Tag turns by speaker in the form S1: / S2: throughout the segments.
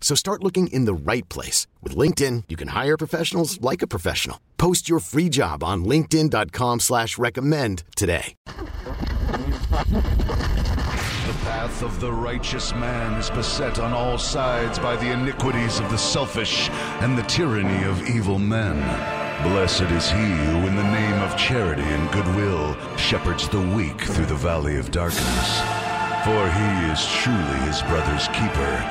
S1: So start looking in the right place. With LinkedIn, you can hire professionals like a professional. Post your free job on linkedin.com slash recommend today.
S2: The path of the righteous man is beset on all sides by the iniquities of the selfish and the tyranny of evil men. Blessed is he who, in the name of charity and goodwill, shepherds the weak through the valley of darkness. For he is truly his brother's keeper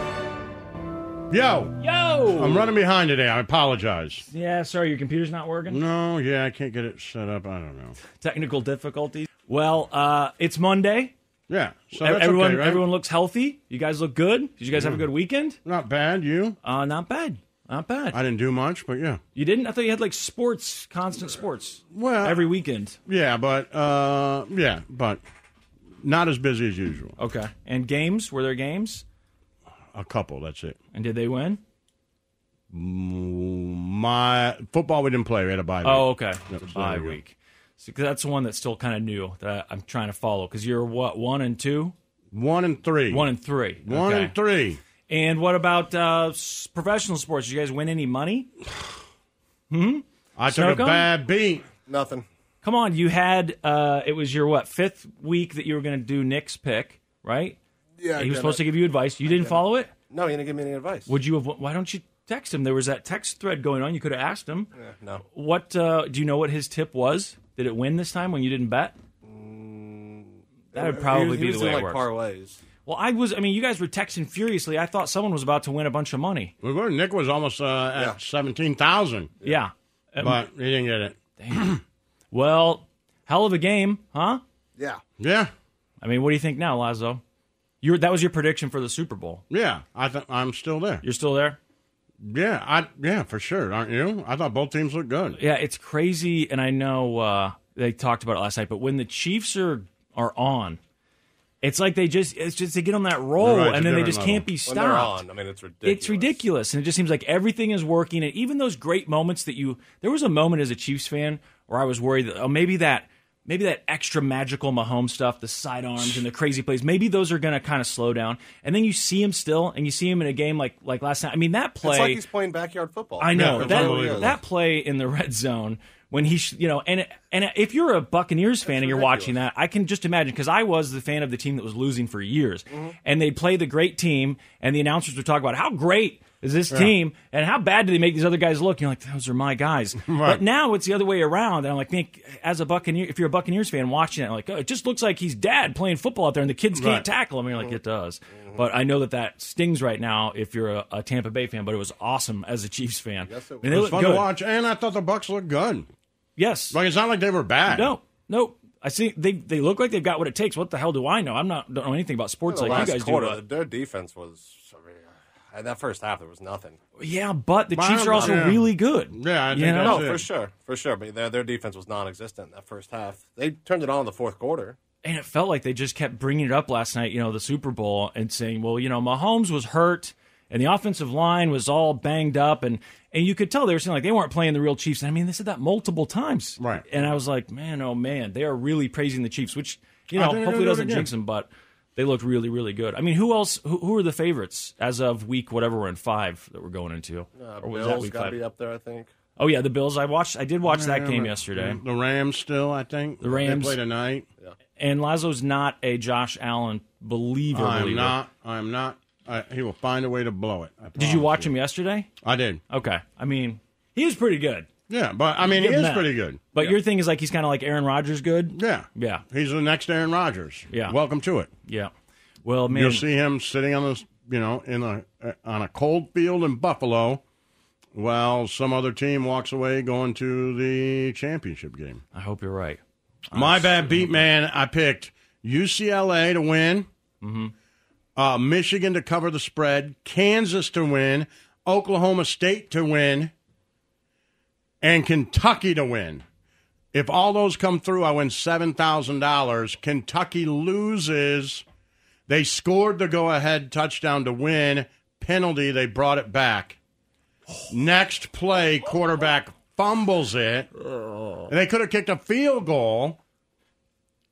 S3: Yo,
S4: Yo!
S3: I'm running behind today. I apologize.
S4: Yeah, sorry, your computer's not working.
S3: No, yeah, I can't get it set up. I don't know.
S4: Technical difficulties. Well, uh, it's Monday.
S3: Yeah, so
S4: E-
S3: Oh, that's
S4: everyone,
S3: okay, right? Mm.
S4: everyone looks healthy. You guys look good. Did you guys have a good weekend?
S3: Not bad. You?
S4: Uh, not bad. Not bad.
S3: I didn't do much, but yeah,
S4: you didn't? I thought you had like sports, constant sports.
S3: Well- uh,
S4: every weekend.
S3: yeah, but uh, yeah, but not as busy as usual.
S4: Okay. And games? Were there games?
S3: A couple. That's it.
S4: And did they win?
S3: My football we didn't play. We had a bye.
S4: Oh,
S3: week.
S4: okay.
S3: Yep,
S4: It's a
S3: so there
S4: bye
S3: we go.
S4: week. So, 'cause that's the one that's still kind of new that I, I'm trying to follow. Because you're what one and two,
S3: One and three.
S4: one and three,
S3: One
S4: Okay.
S3: and three.
S4: And what about uh, s- professional sports? Did you guys win any money?
S3: I took a
S4: Snooker?
S3: bad beat.
S5: Nothing.
S4: Come on, you had uh, it was your what fifth week that you were going to do Nick's pick, right?
S5: Yeah,
S4: he was supposed to give you advice. You didn't follow it.
S5: No, he didn't give me any advice.
S4: Would you have? Why don't you text him? There was that text thread going on. You could have asked him.
S5: no,
S4: What uh, do you know? What his tip was? Did it win this time when you didn't bet? That would probably
S5: Mm, he, was- he
S4: be
S5: was
S4: the way
S5: in,
S4: it
S5: like
S4: works.
S5: parlays.
S4: Well, I was. I mean, you guys were texting furiously. I thought someone was about to win a bunch of money.
S3: We were. Nick was almost uh, at
S5: Yeah.
S3: seventeen thousand,
S4: Yeah. Um,
S3: but he didn't get it.
S4: well, hell of a game, huh?
S5: Yeah,
S3: Yeah,
S4: I mean, what do you think now, Lazo? Your that was your prediction for the Super Bowl.
S3: yeah. I th- I'm still there.
S4: You're still there?
S3: Yeah, I yeah for sure. Aren't you? I thought both teams looked good.
S4: Yeah, it's crazy, and I know uh, they talked about it last night. But when the Chiefs are are on, it's like they just it's just they get on that roll,
S3: Right, it's
S4: and
S3: a
S4: then they
S3: different
S4: just can't be
S5: when
S4: stopped.
S5: they're on, I mean, it's ridiculous.
S4: It's ridiculous, and it just seems like everything is working. And even those great moments that you, there was a moment as a Chiefs fan where I was worried that oh maybe that maybe that extra magical Mahomes stuff, the sidearms and the crazy plays, maybe those are going to kind of slow down. And then you see him still, and you see him in a game like like last night. I mean that play,
S5: It's like he's playing backyard football.
S4: I know
S3: Yeah, it's
S4: that
S3: unbelievable.
S4: that play in the red zone when he, sh- you know, and and if you're a Buccaneers fan and you're watching that, I can just imagine because I was the fan of the team that was losing for years, and they'd play the great team, and the announcers would talk about how great is this team and how bad do they make these other guys look. And you're like, those are my guys. But now it's the other way around, and I'm like, man, as a Buccaneer, if you're a Buccaneers fan watching it, like, oh, it just looks like he's dad playing football out there, and the kids can't
S3: Right.
S4: tackle him. And you're like, it does. But I know that that stings right now if you're a, a Tampa Bay fan. But it was awesome as a Chiefs fan. Yes, it was.
S3: It was fun to watch, and I thought the Bucks looked good.
S4: Yes.
S3: Like it's not like they were bad.
S4: No. No. I see. They they look like they've got what it takes. What the hell do I know? I'm not don't know anything about sports
S5: the
S4: like
S5: last
S4: you guys
S5: quarter,
S4: do. but-
S5: their defense was. I mean, uh, that first half, there was nothing.
S4: yeah, but the
S3: Well,
S4: Chiefs are also
S3: yeah.
S4: really good.
S3: Yeah, I
S4: You
S3: think
S4: know?
S3: that's
S5: No,
S3: it.
S5: for sure, for sure. But their their defense was non-existent that first half. They turned it on in the fourth quarter.
S4: and it felt like they just kept bringing it up last night, you know, the Super Bowl, and saying, well, you know, Mahomes was hurt and the offensive line was all banged up, and and you could tell they were saying like they weren't playing the real Chiefs. And I mean, they said that multiple times,
S3: Right.
S4: And I was like, man, oh man, they are really praising the Chiefs, which you know
S3: think they're gonna do
S4: hopefully
S3: it
S4: doesn't
S3: again.
S4: jinx them, but they looked really, really good. I mean, who else? Who, who are the favorites as of week whatever we're in five that we're going into?
S5: Uh,
S4: or was that
S5: Bills
S4: week
S5: got to
S4: five?
S5: be up there, I think.
S4: Oh yeah, the Bills. I watched. I did watch that game
S3: Yeah,
S4: yesterday.
S3: The Rams still, I think. The
S4: Rams.
S3: they play tonight.
S4: And Lazo's not a Josh Allen believer.
S3: I'm
S4: believer.
S3: not. I'm not. I, he will find a way to blow it. I
S4: Did you watch him yesterday?
S3: I did.
S4: Okay. I mean, he was pretty good.
S3: Yeah, but I mean, he
S4: Give him
S3: is
S4: that.
S3: pretty good.
S4: But your thing is like he's kind of like Aaron Rodgers good?
S3: Yeah,
S4: Yeah.
S3: He's the next Aaron Rodgers.
S4: Yeah.
S3: Welcome to it.
S4: Yeah. Well, man,
S3: You'll see him sitting on this, you know, in a uh, on a cold field in Buffalo, while some other team walks away going to the championship game.
S4: I hope you're right.
S3: My bad, beat man. I picked UCLA to win, uh, Michigan to cover the spread, Kansas to win, Oklahoma State to win, and Kentucky to win. If all those come through, I win seven thousand dollars. Kentucky loses. They scored the go-ahead touchdown to win. Penalty. They brought it back. Next play, quarterback fumbles it. And they could have kicked a field goal,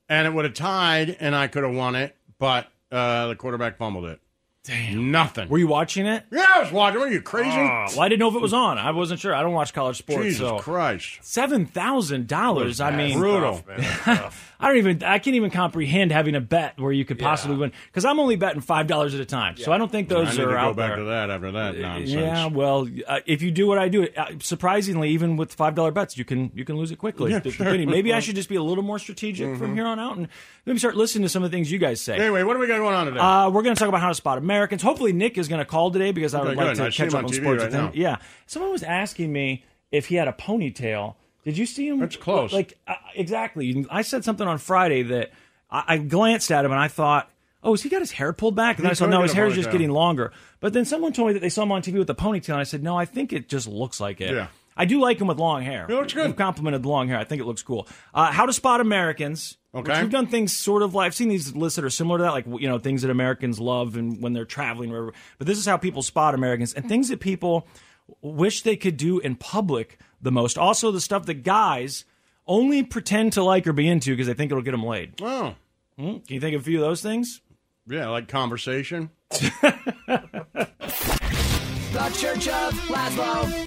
S3: and it would have tied, and I could have won it. But uh, the quarterback fumbled it. Damn, nothing.
S4: Were you watching it?
S3: yeah, I was watching. What Are you crazy?
S4: Well, I didn't know if it was on. I wasn't sure. I don't watch college sports.
S3: Jesus
S4: so
S3: Christ!
S4: seven thousand dollars. I mean,
S3: Brutal.
S5: man. That's tough.
S4: I don't even. I can't even comprehend having a bet where you could possibly win because I'm only betting five dollars at a time. So I don't think
S3: I
S4: those
S3: need to
S4: are
S3: go
S4: out
S3: back
S4: there.
S3: to that after that nonsense.
S4: Yeah, well, uh, if you do what I do, uh, surprisingly, even with five dollar bets, you can you can lose it quickly. If you're kidding. Maybe I should just be a little more strategic from here on out, and maybe start listening to some of the things you guys say.
S3: Anyway, what do we got going on today?
S4: Uh, we're going to talk about how to spot Americans. Hopefully, Nick is going to call today because I would
S3: Okay,
S4: like
S3: good.
S4: to
S3: I see
S4: catch
S3: him
S4: up
S3: on
S4: on
S3: TV
S4: sports
S3: right
S4: with him.
S3: now.
S4: Yeah, someone was asking me if he had a ponytail. Did you see him?
S3: That's close.
S4: Like uh, exactly. I said something on Friday that I, I glanced at him and I thought, "Oh, has he got his hair pulled back?" And then I saw,
S3: could
S4: "No,
S3: get
S4: his
S3: a
S4: hair is just
S3: ponytail.
S4: getting longer." But then someone told me that they saw him on TV with a ponytail, and I said, "No, I think it just looks like it."
S3: Yeah.
S4: I do like him with long hair. It
S3: looks good.
S4: complimented the long hair. I think it looks cool. Uh, how to spot Americans. which
S3: Okay.
S4: we've done things sort of like I've seen these lists that are similar to that, like you know things that Americans love and when they're traveling, or whatever. But this is how people spot Americans and things that people wish they could do in public the most. Also, the stuff that guys only pretend to like or be into because they think it'll get them laid.
S3: oh,
S4: Hmm? Can you think of a few of those things?
S3: yeah, like conversation.
S6: The Church of Laszlo.